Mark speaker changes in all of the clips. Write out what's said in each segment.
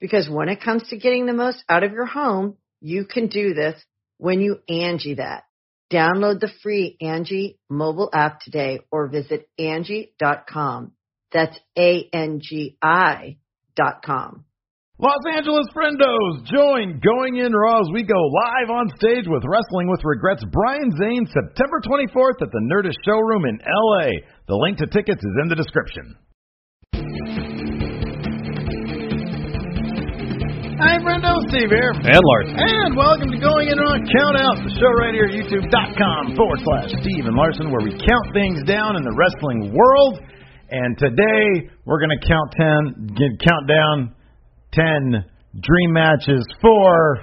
Speaker 1: Because when it comes to getting the most out of your home, you can do this when you Angie that. Download the free Angie mobile app today or visit Angie.com. That's A-N-G-I dot com.
Speaker 2: Los Angeles friendos, join Going In Raw as we go live on stage with Wrestling with Regrets Brian Zane September 24th at the Nerdist Showroom in LA. The link to tickets is in the description. Hey, friendo, Steve here.
Speaker 3: And Larson.
Speaker 2: And welcome to Going In on Countout, the show right here at youtube.com forward slash Steve and Larson, where we count things down in the wrestling world. And today we're going to count ten, get, count down ten dream matches for.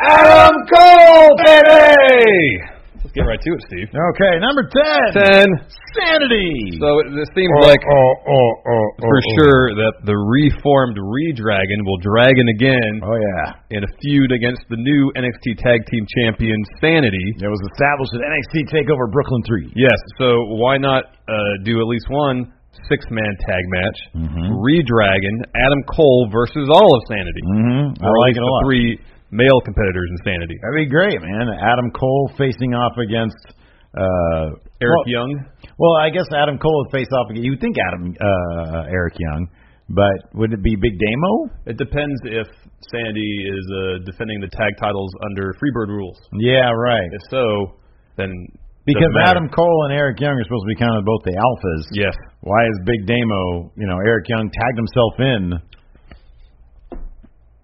Speaker 3: Adam Cole, baby! Let's get right to it, Steve.
Speaker 2: Okay, number ten,
Speaker 3: Ten.
Speaker 2: sanity.
Speaker 3: So it, it seems like
Speaker 2: oh, oh, oh,
Speaker 3: for sure that the reformed Redragon will dragon again
Speaker 2: Oh yeah,
Speaker 3: in a feud against the new NXT Tag Team Champion Sanity.
Speaker 2: it was established at NXT Takeover Brooklyn Three.
Speaker 3: Yes, so why not uh, do at least one six man tag match? Redragon, Adam Cole versus all of Sanity.
Speaker 2: Mm-hmm. I
Speaker 3: Or at
Speaker 2: like
Speaker 3: least
Speaker 2: it a
Speaker 3: the
Speaker 2: lot.
Speaker 3: Three male competitors in Sanity.
Speaker 2: That'd be great, man. Adam Cole facing off against uh,
Speaker 3: Eric
Speaker 2: well,
Speaker 3: Young.
Speaker 2: Well, I guess Adam Cole would face off against. You'd think Adam uh, Eric Young, but would it be Big Damo?
Speaker 3: It depends if Sandy is uh, defending the tag titles under Freebird rules.
Speaker 2: Yeah, right.
Speaker 3: If so, then
Speaker 2: Because
Speaker 3: doesn't matter.
Speaker 2: Adam Cole and Eric Young are supposed to be kind of both the alphas.
Speaker 3: yes,
Speaker 2: Why is Big Damo? You know, Eric Young tagged himself in.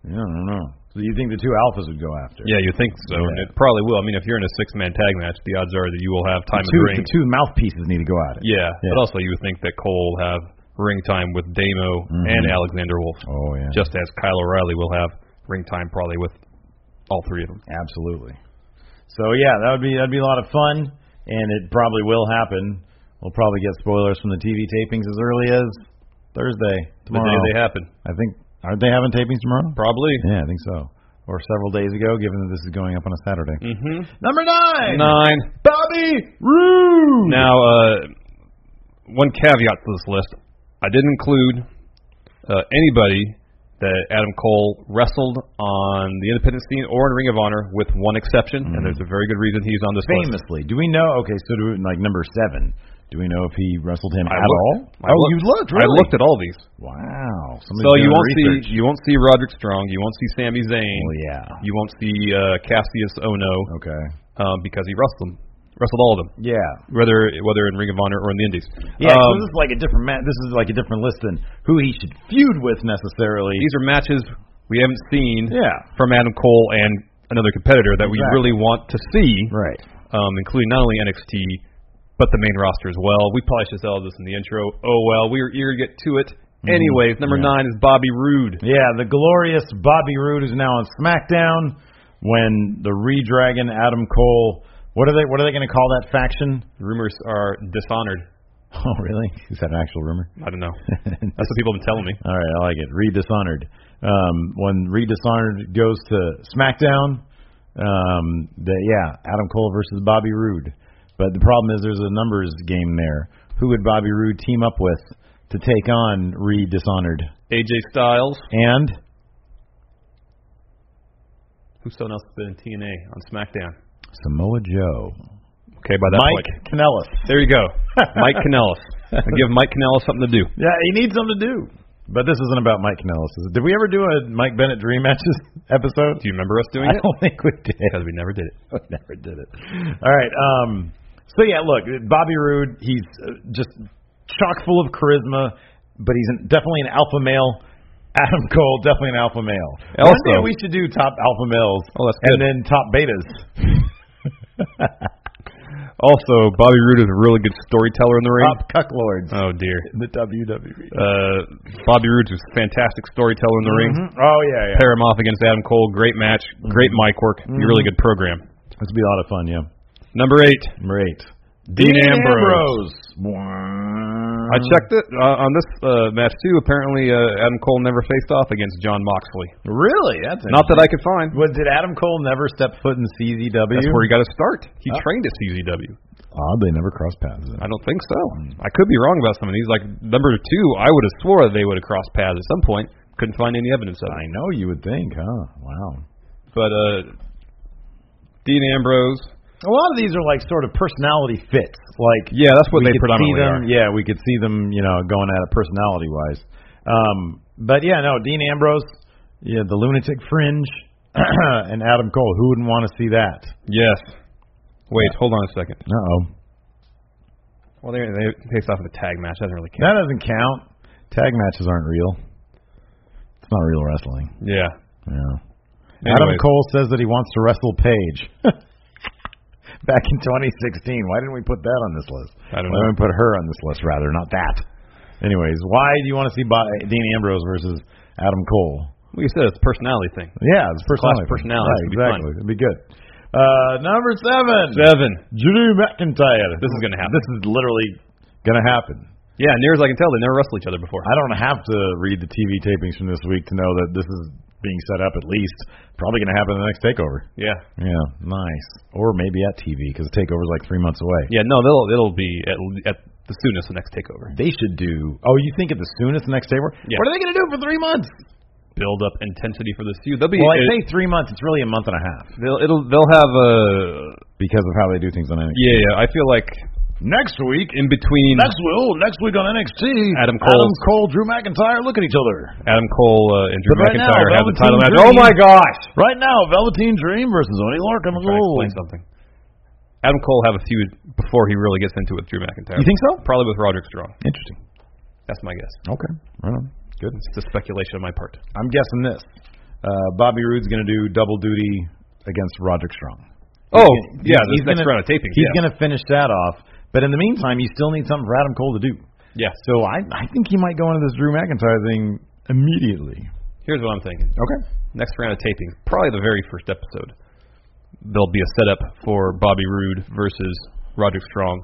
Speaker 2: Yeah, I don't know. So you think the two alphas would go after?
Speaker 3: yeah, you think so, and
Speaker 2: Yeah.
Speaker 3: it probably will. I mean, if you're in a six man tag match, the odds are that you will have time
Speaker 2: Two,
Speaker 3: in the ring.
Speaker 2: the two mouthpieces need to go at it.
Speaker 3: Yeah,
Speaker 2: Yeah.
Speaker 3: but also you would think that Cole will have ring time with Damo
Speaker 2: Mm-hmm.
Speaker 3: and Alexander Wolf,
Speaker 2: Oh yeah.
Speaker 3: just as Kyle O'Reilly will have ring time probably with all three of them.
Speaker 2: Absolutely. So yeah, that would be that'd be a lot of fun, and it probably will happen. We'll probably get spoilers from the TV tapings as early as Thursday tomorrow.
Speaker 3: The day they happen,
Speaker 2: I think aren't they having tapings tomorrow?
Speaker 3: probably.
Speaker 2: Yeah, I think so. Or several days ago, given that this is going up on a Saturday.
Speaker 3: Mm-hmm.
Speaker 2: Number nine,
Speaker 3: Nine.
Speaker 2: Bobby Roode.
Speaker 3: Now, uh, one caveat to this list: I didn't include uh, anybody that Adam Cole wrestled on the independent scene or in Ring of Honor, with one exception, and
Speaker 2: Mm.
Speaker 3: there's a very good reason he's on this list.
Speaker 2: famously, do we know? Okay, so do we, like number seven. Do we know if he wrestled him at
Speaker 3: I looked.
Speaker 2: all?
Speaker 3: I
Speaker 2: oh,
Speaker 3: looked.
Speaker 2: you looked.
Speaker 3: I
Speaker 2: Really?
Speaker 3: looked at all these.
Speaker 2: Wow. Somebody's
Speaker 3: So you
Speaker 2: doing
Speaker 3: won't
Speaker 2: research.
Speaker 3: see you won't see Roderick Strong, you won't see Sami Zayn,
Speaker 2: Well, yeah. Oh.
Speaker 3: you won't see uh, Cassius Ono
Speaker 2: Okay.
Speaker 3: um, because he wrestled them, wrestled all of them,
Speaker 2: Yeah.
Speaker 3: whether whether in Ring of Honor or in the Indies.
Speaker 2: Yeah, 'cause this
Speaker 3: Um,
Speaker 2: is like a different ma- this is like a different list than who he should feud with necessarily.
Speaker 3: these are matches we haven't seen
Speaker 2: Yeah.
Speaker 3: from Adam Cole and another competitor that we
Speaker 2: Exactly.
Speaker 3: really want to see,
Speaker 2: right.
Speaker 3: um, including not only NXT but the main roster as well. We probably should sell this in the intro. Oh well, we are eager to get to it. Anyways, number
Speaker 2: Mm-hmm. Yeah.
Speaker 3: nine is Bobby Roode.
Speaker 2: Yeah, the glorious Bobby Roode is now on SmackDown when the Redragon Adam Cole what are they what are they going to call that faction?
Speaker 3: Rumors are dishonored.
Speaker 2: Oh, really? Is that an actual rumor?
Speaker 3: I don't know. That's what people have been telling me.
Speaker 2: All right, I like it. Redishonored. Um, when Redishonored goes to SmackDown, um, the, yeah, Adam Cole versus Bobby Roode. But the problem is there's a numbers game there. Who would Bobby Roode team up with to take on Redishonored?
Speaker 3: AJ Styles,
Speaker 2: And
Speaker 3: who's someone else has been in TNA on SmackDown.
Speaker 2: Samoa Joe.
Speaker 3: Okay, by that
Speaker 2: Mike
Speaker 3: point,
Speaker 2: Kanellis.
Speaker 3: there you go, Mike Kanellis. I give Mike Kanellis something to do.
Speaker 2: Yeah, he needs something to do. But this isn't about Mike Kanellis. is it? Did we ever do a Mike Bennett dream matches episode?
Speaker 3: Do you remember us doing
Speaker 2: I
Speaker 3: it?
Speaker 2: don't think we did.
Speaker 3: Because we never did it.
Speaker 2: I never did it. All right. Um, so yeah, look, Bobby Roode, he's uh, just chock full of charisma, but he's an, definitely an alpha male. Adam Cole, definitely an alpha male. One
Speaker 3: Also-
Speaker 2: day we should do top alpha males
Speaker 3: Oh, that's
Speaker 2: and
Speaker 3: good.
Speaker 2: then top betas.
Speaker 3: Also, Bobby Roode is a really good storyteller in the ring.
Speaker 2: Top cuck lords.
Speaker 3: Oh dear.
Speaker 2: in the E. WWE.
Speaker 3: Uh, Bobby Roode's a fantastic storyteller in the ring.
Speaker 2: Mhm. Oh yeah, yeah.
Speaker 3: Pair him off against Adam Cole. Great match.
Speaker 2: Mm-hmm.
Speaker 3: Great mic work. Be a really good program.
Speaker 2: This would be a lot of fun. Yeah.
Speaker 3: Number eight,
Speaker 2: Number eight.
Speaker 3: Dean, Ambrose.
Speaker 2: I
Speaker 3: I checked it uh, on this uh, match too. Apparently, uh, Adam Cole never faced off against John Moxley.
Speaker 2: Really? That's
Speaker 3: Not that I could find.
Speaker 2: Well, did Adam Cole never step foot in CZW?
Speaker 3: That's where he got his start. He
Speaker 2: Oh.
Speaker 3: trained at CZW.
Speaker 2: Oddly, never crossed paths.
Speaker 3: I don't think so. I could be wrong about some of these. Like number two, I would have swore that they would have crossed paths at some point. Couldn't find any evidence of
Speaker 2: I
Speaker 3: it.
Speaker 2: know you would think, huh? Wow.
Speaker 3: But uh, Dean Ambrose,
Speaker 2: A lot of these are like sort of personality fits. Like
Speaker 3: yeah, that's what
Speaker 2: we
Speaker 3: they
Speaker 2: could see
Speaker 3: predominantly
Speaker 2: them.
Speaker 3: are.
Speaker 2: Yeah, we could see them. You know, going at it personality wise. Um, but yeah, no, Dean Ambrose, yeah, the lunatic fringe, and Adam Cole. Who wouldn't want to see that?
Speaker 3: Yes. Wait, hold on a second.
Speaker 2: Uh oh.
Speaker 3: Well, they they faced off in a tag match. Doesn't really count.
Speaker 2: That doesn't count. Tag matches aren't real. It's not real wrestling.
Speaker 3: yeah.
Speaker 2: Yeah. Adam
Speaker 3: Anyways,
Speaker 2: Cole says that he wants to wrestle Paige. Back in 2016, why didn't we put that on this list?
Speaker 3: I don't
Speaker 2: why
Speaker 3: know.
Speaker 2: didn't we put her on this list rather, not that? Anyways, why do you want to see Bo- Dean Ambrose versus Adam Cole?
Speaker 3: Like you said, it's a personality thing.
Speaker 2: Yeah, it's personality.
Speaker 3: personality.
Speaker 2: Right,
Speaker 3: It's gonna be
Speaker 2: exactly. It'd be good. Uh, number seven,
Speaker 3: Seven.
Speaker 2: Drew McIntyre.
Speaker 3: This is gonna happen.
Speaker 2: This is literally gonna happen.
Speaker 3: Yeah, near as I can tell, they never wrestled each other before.
Speaker 2: I don't have to read the TV tapings from this week to know that this is being set up at least. Probably going to happen in the next takeover.
Speaker 3: Yeah.
Speaker 2: Yeah, nice. Or maybe at TV because takeover's like three months away.
Speaker 3: Yeah. No, they'll it'll be at, at the soonest the next takeover.
Speaker 2: They should do. Oh, you think at the soonest the next takeover?
Speaker 3: Yeah.
Speaker 2: What are they going to do for three months?
Speaker 3: Build up intensity for this feud. They'll be.
Speaker 2: Well, I
Speaker 3: it-
Speaker 2: say three months. It's really a month and a half
Speaker 3: they'll it'll they'll have a.
Speaker 2: because of how they do things on NXT.
Speaker 3: Yeah, yeah. I feel like
Speaker 2: Next week.
Speaker 3: in between
Speaker 2: will next week on NXT. Adam
Speaker 3: Adam Cole.
Speaker 2: Cole, Drew McIntyre, look at each other.
Speaker 3: Adam Cole uh, and Drew
Speaker 2: But right now,
Speaker 3: McIntyre have the
Speaker 2: Velveteen
Speaker 3: title match.
Speaker 2: Dream-
Speaker 3: Oh my gosh!
Speaker 2: Right now, Velveteen Dream versus Oni Larkin.
Speaker 3: I'm trying to explain something. Adam Cole have a feud before he really gets into it with Drew McIntyre.
Speaker 2: You think so?
Speaker 3: Probably with Roderick Strong.
Speaker 2: Interesting.
Speaker 3: That's my guess.
Speaker 2: Okay. Right on. Good.
Speaker 3: It's just speculation on my part.
Speaker 2: I'm guessing this. Uh, Bobby Roode's going to do double duty against Roderick Strong.
Speaker 3: Oh,
Speaker 2: He's-
Speaker 3: yeah, this
Speaker 2: he's
Speaker 3: next
Speaker 2: gonna-
Speaker 3: round of tapings.
Speaker 2: He's
Speaker 3: yeah.
Speaker 2: going to finish that off. But in the meantime, you still need something for Adam Cole to do.
Speaker 3: Yes.
Speaker 2: So I, I think he might go into this Drew McIntyre thing immediately.
Speaker 3: Here's what I'm thinking.
Speaker 2: Okay.
Speaker 3: Next round of tapings, probably the very first episode. There'll be a setup for Bobby Roode versus Roderick Strong.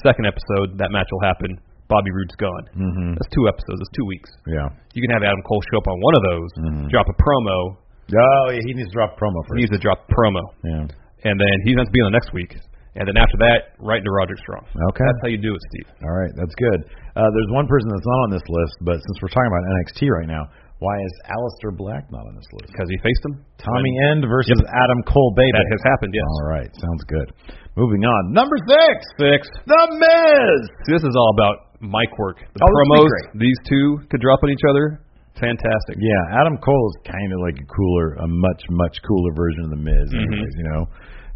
Speaker 3: Second episode, that match will happen. Bobby Roode's gone.
Speaker 2: Mhm.
Speaker 3: That's two episodes. That's two weeks.
Speaker 2: Yeah.
Speaker 3: You can have Adam Cole show up on one of those,
Speaker 2: Mm-hmm.
Speaker 3: drop a promo.
Speaker 2: Oh, yeah, he needs to drop a promo first.
Speaker 3: He needs to drop a promo,
Speaker 2: yeah.
Speaker 3: and then he's meant to be on the next week. And then after that, right into Roderick Strong.
Speaker 2: Okay.
Speaker 3: That's how you do it, Steve.
Speaker 2: All right, that's good. Uh, there's one person that's not on this list, but since we're talking about NXT right now, why is Alistair Black not on this list?
Speaker 3: Because he faced him.
Speaker 2: Tommy End versus Adam Cole Baby.
Speaker 3: That has happened. Yes.
Speaker 2: All right, sounds good. Moving on. Number six,
Speaker 3: Six.
Speaker 2: The Miz.
Speaker 3: See, this is all about mic work. The
Speaker 2: Oh, this would be
Speaker 3: promos
Speaker 2: great.
Speaker 3: these two could drop on each other. Fantastic.
Speaker 2: Yeah, Adam Cole is kind of like a cooler, a much much cooler version of the Miz,
Speaker 3: Mm-hmm.
Speaker 2: anyways, you know.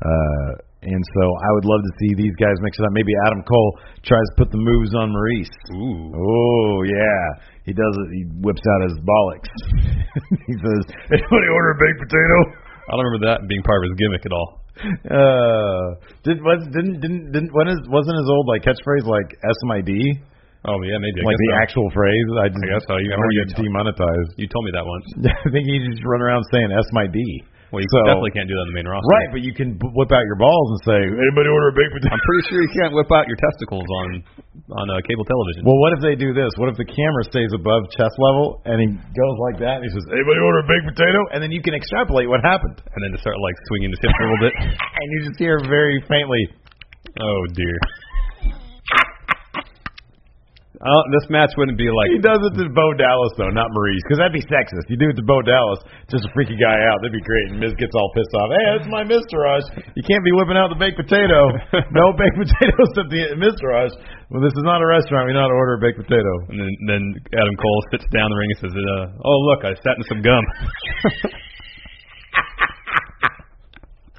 Speaker 2: Uh, and so I would love to see these guys mix it up. Maybe Adam Cole tries to put the moves on Maurice.
Speaker 3: Ooh.
Speaker 2: Oh yeah, he does it. He whips out his bollocks. he says, "Anybody order a baked potato?"
Speaker 3: I don't remember that being part of his gimmick at all.
Speaker 2: Uh, did was didn't didn't didn't when is wasn't his old like catchphrase like SMID
Speaker 3: Oh yeah, maybe. I
Speaker 2: like
Speaker 3: guess
Speaker 2: the
Speaker 3: so.
Speaker 2: actual phrase? I just
Speaker 3: I guess so. You-
Speaker 2: I
Speaker 3: I
Speaker 2: want
Speaker 3: remember
Speaker 2: to
Speaker 3: you
Speaker 2: get
Speaker 3: t-
Speaker 2: demonetized.
Speaker 3: You told me that once.
Speaker 2: I think you just run around saying SMID.
Speaker 3: Well, you
Speaker 2: So-
Speaker 3: definitely can't do that on the main roster.
Speaker 2: Right, but you can b- whip out your balls and say, "Anybody order a baked potato?"
Speaker 3: I'm pretty sure you can't whip out your testicles on on uh, cable television.
Speaker 2: Well, what if they do this? What if the camera stays above chest level and he goes like that and he says, "Anybody order a baked potato?" And then you can extrapolate what happened,
Speaker 3: and then to start like swinging the hips a little bit.
Speaker 2: and you just Oh, hear very faintly,
Speaker 3: Oh dear. Uh, this match wouldn't be like
Speaker 2: He does it to Bo Dallas though, not Maurice, because that'd be sexist. You do it to Bo Dallas just to freak a guy out. That'd be great. And Miz gets all pissed off. Hey, that's my Mizraj. You can't be whipping out the baked potato. no baked potatoes at the Mizraj. Well, this is not a restaurant. We not order a baked potato.
Speaker 3: And then, then Adam Cole sits down in the ring and says, uh, "Oh look, I sat in some gum."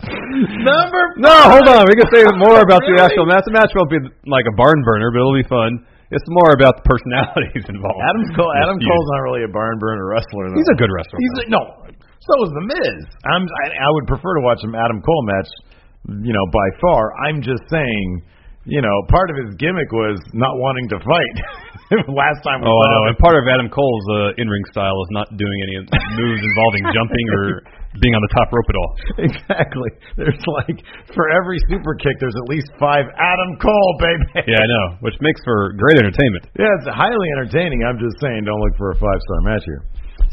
Speaker 2: Number
Speaker 3: no, hold on. We can say more about the actual match. The match won't be like a barn burner, but it'll be fun. It's more about the personalities involved.
Speaker 2: Adam Cole.
Speaker 3: Yes,
Speaker 2: Adam
Speaker 3: you-
Speaker 2: Cole's not really a barn burner wrestler. Though.
Speaker 3: He's a good wrestler.
Speaker 2: He's a, no. So is the Miz. I'm. I, I would prefer to watch an Adam Cole match. You know, by far. I'm just saying. You know, part of his gimmick was not wanting to fight. Last time we saw
Speaker 3: Oh, I know.
Speaker 2: him,
Speaker 3: And part of Adam Cole's uh, in-ring style is not doing any moves involving jumping or being on the top rope at all.
Speaker 2: exactly. There's like for every super kick, there's at least five Adam Cole, baby.
Speaker 3: Yeah, I know. Which makes for great entertainment.
Speaker 2: Yeah, it's highly entertaining. I'm just saying, don't look for a five star match here.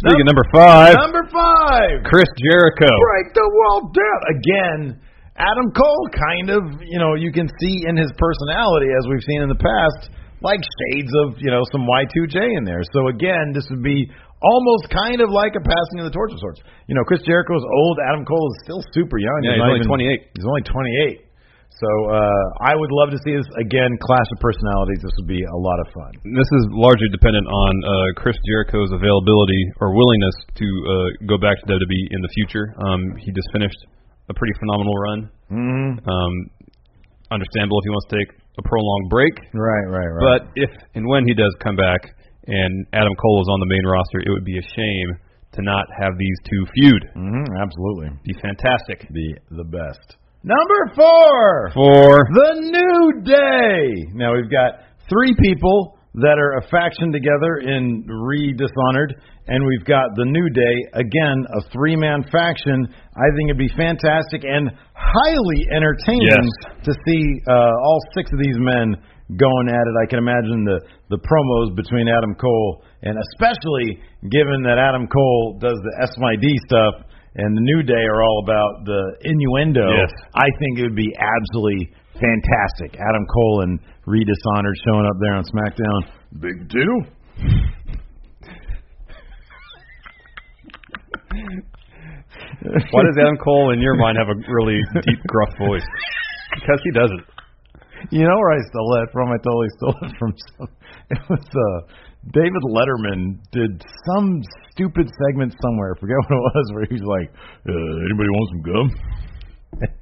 Speaker 3: Speaking number five,
Speaker 2: Number five.
Speaker 3: Chris Jericho.
Speaker 2: break the world down again. Adam Cole, kind of, you know, you can see in his personality as we've seen in the past, like shades of, you know, some Y2J in there. So again, this would be almost kind of like a passing of the torch of sorts. You know, Chris Jericho's old. Adam Cole is still super young.
Speaker 3: Yeah, he's
Speaker 2: not
Speaker 3: only
Speaker 2: even-
Speaker 3: 28.
Speaker 2: He's only 28. So uh, I would love to see this again. Clash of personalities. This would be a lot of fun.
Speaker 3: This is largely dependent on uh, Chris Jericho's availability or willingness to uh, go back to WWE in the future. Um, he just finished a pretty phenomenal run.
Speaker 2: Mm-hmm.
Speaker 3: Um, understandable if he wants to take a prolonged break.
Speaker 2: Right, right, right.
Speaker 3: But if and when he does come back and Adam Cole is on the main roster, it would be a shame to not have these two feud.
Speaker 2: hmm absolutely,
Speaker 3: Be fantastic.
Speaker 2: the the best. Number four.
Speaker 3: For
Speaker 2: The New Day. Now we've got three people that are a faction together in Re Dishonored, and we've got The New Day, again, a three man faction. I think it'd be fantastic and highly entertaining
Speaker 3: Yes.
Speaker 2: to see uh, all six of these men going at it. I can imagine the, the promos between Adam Cole, and especially given that Adam Cole does the SMID stuff. And the New Day are all about the innuendo.
Speaker 3: Yes.
Speaker 2: I think it would be absolutely fantastic. Adam Cole and Reed Dishonored showing up there on SmackDown. Big deal.
Speaker 3: why does Adam Cole in your mind have a really deep gruff voice? Because he doesn't.
Speaker 2: You know where I stole that from? I totally stole it from some. It was uh, David Letterman did some stupid segment somewhere. I forget what it was. Where he was like, uh, "Anybody want some gum?"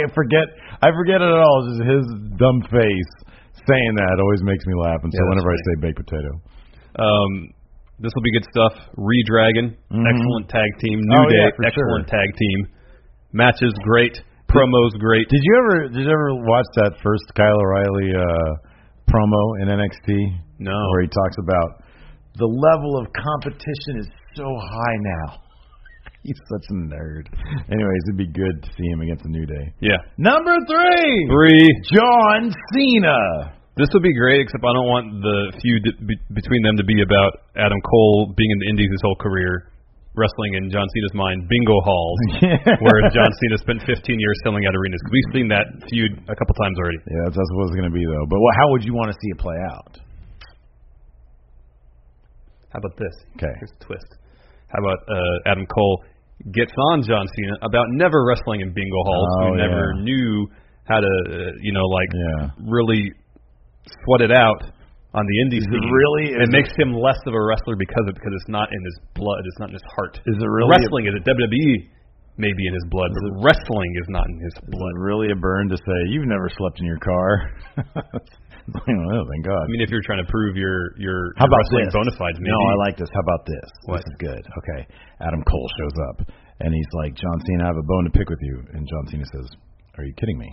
Speaker 2: I forget. I forget it all. It's Just his dumb face saying that always makes me laugh. And so
Speaker 3: Yeah, that's
Speaker 2: whenever I
Speaker 3: funny.
Speaker 2: say baked potato,
Speaker 3: Um, this will be good stuff. Redragon, excellent tag team. New
Speaker 2: Mm-hmm. Oh,
Speaker 3: Day,
Speaker 2: yeah, for
Speaker 3: excellent tag team. Matches great. Promos great.
Speaker 2: Did you ever did you ever watch that first Kyle O'Reilly uh, promo in NXT?
Speaker 3: No.
Speaker 2: uh, Where he talks about the level of competition is so high now. He's such a nerd. Anyways, it'd be good to see him against the New Day.
Speaker 3: Yeah.
Speaker 2: Number three,
Speaker 3: Three.
Speaker 2: John Cena.
Speaker 3: This would be great, except I don't want the feud be- between them to be about Adam Cole being in the Indies his whole career, wrestling in John Cena's mind, bingo halls,
Speaker 2: Yeah.
Speaker 3: where John Cena spent 15 years selling out arenas. We've seen that feud a couple times already.
Speaker 2: Yeah, that's, that's what it's going to be though. But what, how would you want to see it play out?
Speaker 3: How about this?
Speaker 2: 'Kay.
Speaker 3: Here's a twist. How about uh, Adam Cole gets on John Cena about never wrestling in bingo halls,
Speaker 2: Oh,
Speaker 3: who never
Speaker 2: yeah.
Speaker 3: knew how to, uh, you know, like
Speaker 2: Yeah.
Speaker 3: really sweat it out on the indie scene.
Speaker 2: really- is
Speaker 3: it
Speaker 2: it-
Speaker 3: makes him less of a wrestler because of because it's not in his blood, it's not in his heart.
Speaker 2: Is it really
Speaker 3: wrestling? Is it WWE? Maybe in his blood, but wrestling is not in his
Speaker 2: Is
Speaker 3: blood.
Speaker 2: it really a burn to say you've never slept in your car? oh, thank God.
Speaker 3: I mean, if you're trying to prove your your,
Speaker 2: How
Speaker 3: your
Speaker 2: about
Speaker 3: wrestling
Speaker 2: this?
Speaker 3: bona fides, maybe
Speaker 2: No, I like this. How about this?
Speaker 3: What?
Speaker 2: This is good. Okay. Adam Cole shows up and he's like, John Cena, I have a bone to pick with you. And John Cena says, Are you kidding me?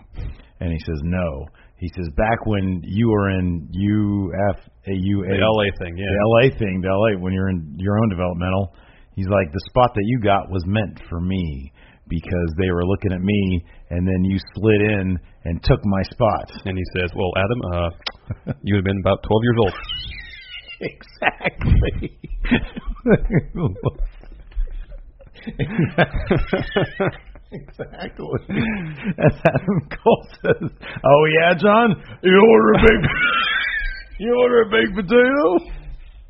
Speaker 2: And he says, No. He says, Back when you were in UFAUA,
Speaker 3: the LA thing. Yeah,
Speaker 2: the LA thing, the LA when you're in your own developmental, he's like the spot that you got was meant for me because they were looking at me and then you slid in and took my spot.
Speaker 3: And he says, "Well, Adam, uh, you would have been about 12 years old."
Speaker 2: Exactly. exactly. And Adam Cole says, "Oh yeah, John, you order a big." You order a baked potato?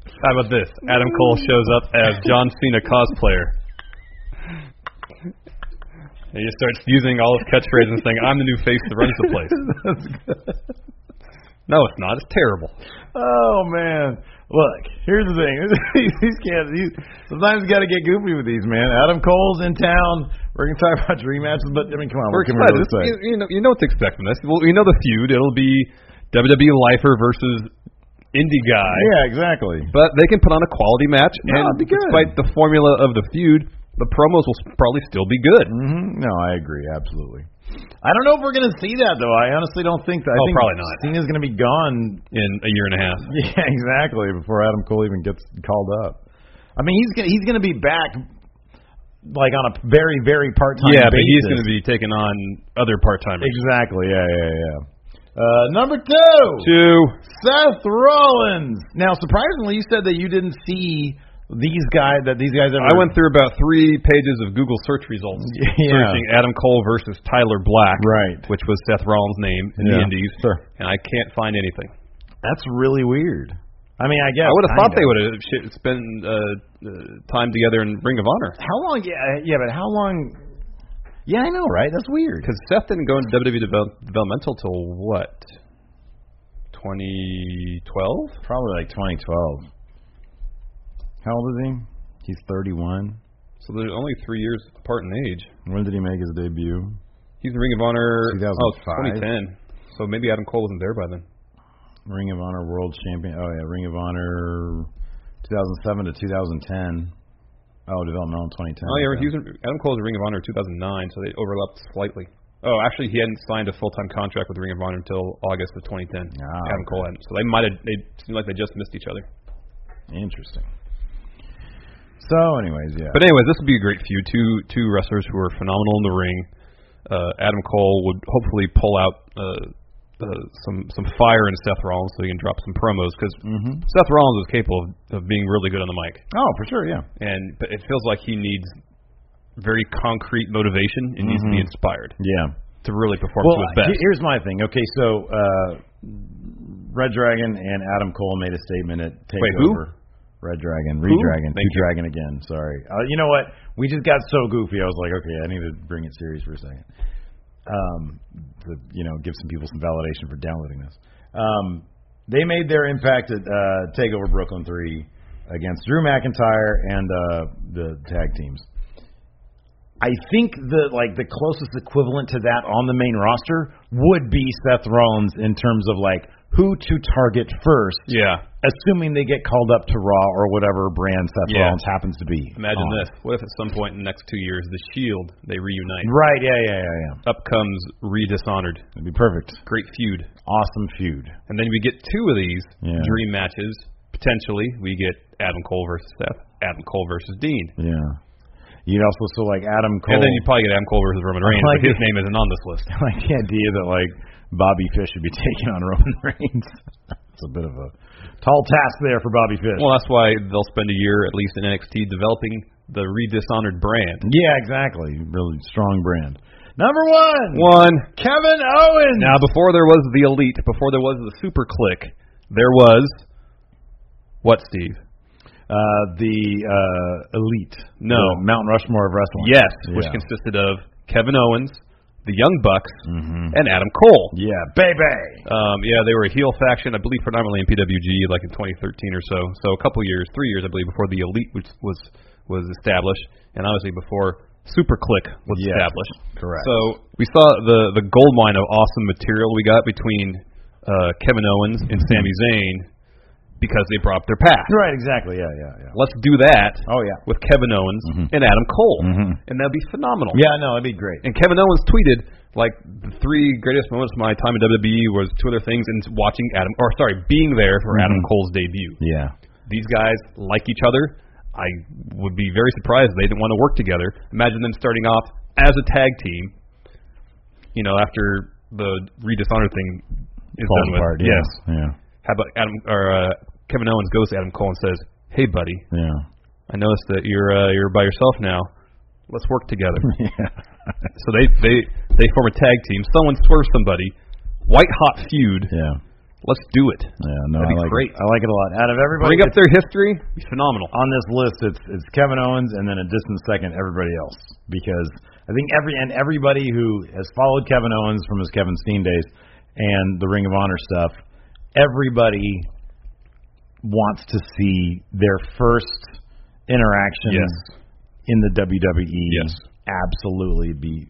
Speaker 3: How about this? Adam Cole shows up as John Cena cosplayer. And he starts using all his catchphrases and saying, I'm the new face that runs the place.
Speaker 2: That's good.
Speaker 3: No, it's not. It's terrible.
Speaker 2: Oh man. Look, here's the thing. these cats, these, sometimes you got to get goofy with these, man. Adam Cole's in town. We're gonna talk about dream matches, but I mean, come on,
Speaker 3: We're
Speaker 2: what can we really say?
Speaker 3: excited. This- You, you know, you know what to expect from this. Well, you know the feud. It'll be WWE lifer versus indie guy.
Speaker 2: Yeah, exactly.
Speaker 3: But they can put on a quality match,
Speaker 2: No,
Speaker 3: and
Speaker 2: it'd be good.
Speaker 3: despite the formula of the feud, the promos will s- probably still be good.
Speaker 2: hmm No, I agree absolutely. I don't know if we're gonna see that though. I honestly don't think that. I
Speaker 3: Oh,
Speaker 2: think
Speaker 3: probably not.
Speaker 2: Cena's gonna be gone.
Speaker 3: in a year and a half.
Speaker 2: Yeah, exactly. Before Adam Cole even gets called up. I mean, he's gonna he's gonna be back, like on a very very part time.
Speaker 3: yeah, but he's going to be taking on other part timers.
Speaker 2: exactly. Yeah, yeah, yeah. Uh, number two.
Speaker 3: Two.
Speaker 2: Seth Rollins. Now, surprisingly, you said that you didn't see these guys that these guys ever.
Speaker 3: I went through about three pages of Google search results
Speaker 2: Yeah.
Speaker 3: searching Adam Cole versus Tyler Black,
Speaker 2: Right.
Speaker 3: which was Seth Rollins' name in the
Speaker 2: Yeah,
Speaker 3: Indies,
Speaker 2: sure.
Speaker 3: and I can't find anything.
Speaker 2: That's really weird. I mean, I guess
Speaker 3: I would have thought
Speaker 2: kinda.
Speaker 3: they would have sh- spent uh, uh, time together in Ring of Honor
Speaker 2: How long? Yeah, yeah, but how long? Yeah, I know, right? That's weird.
Speaker 3: because Seth didn't go into WWE develop- developmental till what? 2012.
Speaker 2: Probably like 2012. How old is he? He's 31.
Speaker 3: So they're only three years apart in age.
Speaker 2: When did he make his debut?
Speaker 3: He's in Ring of Honor. Oh,
Speaker 2: 2005.
Speaker 3: 2010. So maybe Adam Cole wasn't there by then.
Speaker 2: Ring of Honor World Champion. Oh yeah, Ring of Honor 2007 to 2010. Oh, developmental 2010.
Speaker 3: Oh yeah, he was in, Adam Cole was in Ring of Honor in 2009, so they overlapped slightly. Oh, actually, he hadn't signed a full-time contract with Ring of Honor until August of 2010.
Speaker 2: Ah,
Speaker 3: Adam Cole hadn't, so they might have. They seemed like they just missed each other.
Speaker 2: Interesting. So, anyways, yeah.
Speaker 3: But anyways, this would be a great feud. Two two wrestlers who are phenomenal in the ring. Uh, Adam Cole would hopefully pull out uh, uh, some some fire in Seth Rollins so he can drop some promos because
Speaker 2: Mhm.
Speaker 3: Seth Rollins is capable of, of being really good on the mic.
Speaker 2: oh, for sure, yeah.
Speaker 3: and but it feels like he needs very concrete motivation and needs to be inspired
Speaker 2: Yeah.
Speaker 3: to really perform
Speaker 2: Mm-hmm. Well,
Speaker 3: to his best.
Speaker 2: he- here's my thing. Okay, so uh, Red Dragon and Adam Cole made a statement at
Speaker 3: Wait, who?
Speaker 2: Takeover. Red Dragon, Redragon,
Speaker 3: Thank you.
Speaker 2: Dragon again. Sorry. Uh, you know what? We just got so goofy. I was like, okay, I need to bring it serious for a second. Um, to, you know, give some people some validation for downloading this. Um, they made their impact at uh, Takeover Brooklyn Three against Drew McIntyre and uh, the tag teams. I think the like the closest equivalent to that on the main roster would be Seth Rollins in terms of like who to target first,
Speaker 3: yeah.
Speaker 2: assuming they get called up to Raw or whatever brand Seth
Speaker 3: Yeah.
Speaker 2: Rollins happens to be.
Speaker 3: Imagine
Speaker 2: on.
Speaker 3: this. What if at some point in the next two years the Shield they reunite?
Speaker 2: Right, yeah, yeah, yeah, yeah.
Speaker 3: Up comes Redishonored.
Speaker 2: It'd be perfect.
Speaker 3: Great feud.
Speaker 2: Awesome feud.
Speaker 3: And then we get two of these
Speaker 2: Yeah.
Speaker 3: dream matches. Potentially, we get Adam Cole versus Seth, Adam Cole versus Dean,
Speaker 2: Yeah. You'd also so like Adam Cole
Speaker 3: and then you probably get Adam Cole versus Roman Reigns.
Speaker 2: Oh. like
Speaker 3: but
Speaker 2: it.
Speaker 3: his name isn't on this list.
Speaker 2: like the idea that like Bobby Fish should be taking on Roman Reigns. it's a bit of a tall task there for Bobby Fish.
Speaker 3: Well, that's why they'll spend a year at least in NXT developing the Redishonored brand.
Speaker 2: yeah, exactly. Really strong brand. Number one,
Speaker 3: One.
Speaker 2: Kevin Owens.
Speaker 3: Now, before there was the elite, before there was the super click, there was what, Steve?
Speaker 2: uh, the uh, elite.
Speaker 3: No.
Speaker 2: the Mount Rushmore of wrestling.
Speaker 3: Yes, which
Speaker 2: Yeah.
Speaker 3: consisted of Kevin Owens, the Young Bucks, and Adam Cole.
Speaker 2: yeah, baby.
Speaker 3: Um, yeah, they were a heel faction, I believe, predominantly in PWG, like in 2013 or so. So a couple years, three years, I believe, before the elite was was, was established, and obviously before Super Click was
Speaker 2: Yes,
Speaker 3: established.
Speaker 2: correct.
Speaker 3: So we saw the the gold mine of awesome material we got between uh, Kevin Owens and Sami Zayn because they brought up their past.
Speaker 2: Right, exactly. Yeah, yeah, yeah.
Speaker 3: Let's do that
Speaker 2: Oh yeah.
Speaker 3: with Kevin Owens and Adam Cole,
Speaker 2: Mhm.
Speaker 3: and that'd be phenomenal.
Speaker 2: Yeah, no, it'd be great.
Speaker 3: And Kevin Owens tweeted like the three greatest moments of my time in WWE was two other things and watching Adam or sorry, being there for Adam
Speaker 2: Mhm.
Speaker 3: Cole's debut.
Speaker 2: Yeah.
Speaker 3: These guys like each other. I would be very surprised if they didn't want to work together. Imagine them starting off as a tag team. You know, after the redishonor thing is
Speaker 2: Falls
Speaker 3: done with.
Speaker 2: apart.
Speaker 3: Yes.
Speaker 2: Yeah. Yeah.
Speaker 3: How about Adam or uh, Kevin Owens goes to Adam Cole and says, "Hey, buddy,
Speaker 2: Yeah.
Speaker 3: I noticed that you're uh, you're by yourself now. Let's work together."
Speaker 2: yeah.
Speaker 3: So they they they form a tag team. Someone swerves somebody. White hot feud.
Speaker 2: Yeah.
Speaker 3: Let's do it.
Speaker 2: Yeah, no,
Speaker 3: That'd
Speaker 2: I
Speaker 3: be
Speaker 2: like
Speaker 3: great.
Speaker 2: It. I like it a lot. Out of everybody
Speaker 3: Bring up
Speaker 2: that's
Speaker 3: their history. Be phenomenal.
Speaker 2: on this list, it's it's Kevin Owens and then a distant second everybody else because I think every and everybody who has followed Kevin Owens from his Kevin Steen days and the Ring of Honor stuff, everybody wants to see their first interaction
Speaker 3: Yes.
Speaker 2: in the WWE.
Speaker 3: Yes.
Speaker 2: absolutely be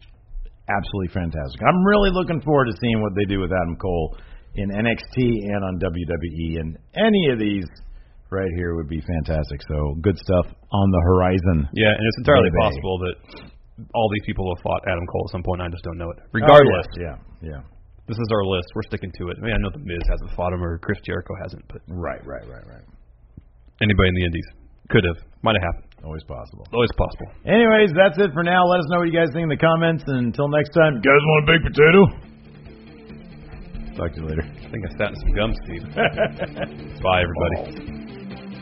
Speaker 2: absolutely fantastic. I'm really looking forward to seeing what they do with Adam Cole in NXT and on WWE, and any of these right here would be fantastic. So good stuff on the horizon.
Speaker 3: Yeah, and it's entirely
Speaker 2: Maybe.
Speaker 3: possible that all these people have fought Adam Cole at some point. I just don't know it. Regardless,
Speaker 2: Oh, yeah, yeah, yeah.
Speaker 3: this is our list. We're sticking to it. I mean, I know the Miz hasn't fought him or Chris Jericho hasn't, but
Speaker 2: Right, right, right, right.
Speaker 3: anybody in the Indies could have, might have happened.
Speaker 2: Always possible.
Speaker 3: Always possible.
Speaker 2: Anyways, that's it for now. Let us know what you guys think in the comments, and until next time, you guys want a baked potato? Talk to you later.
Speaker 3: I think I sat in some gum, Steve. Bye, everybody.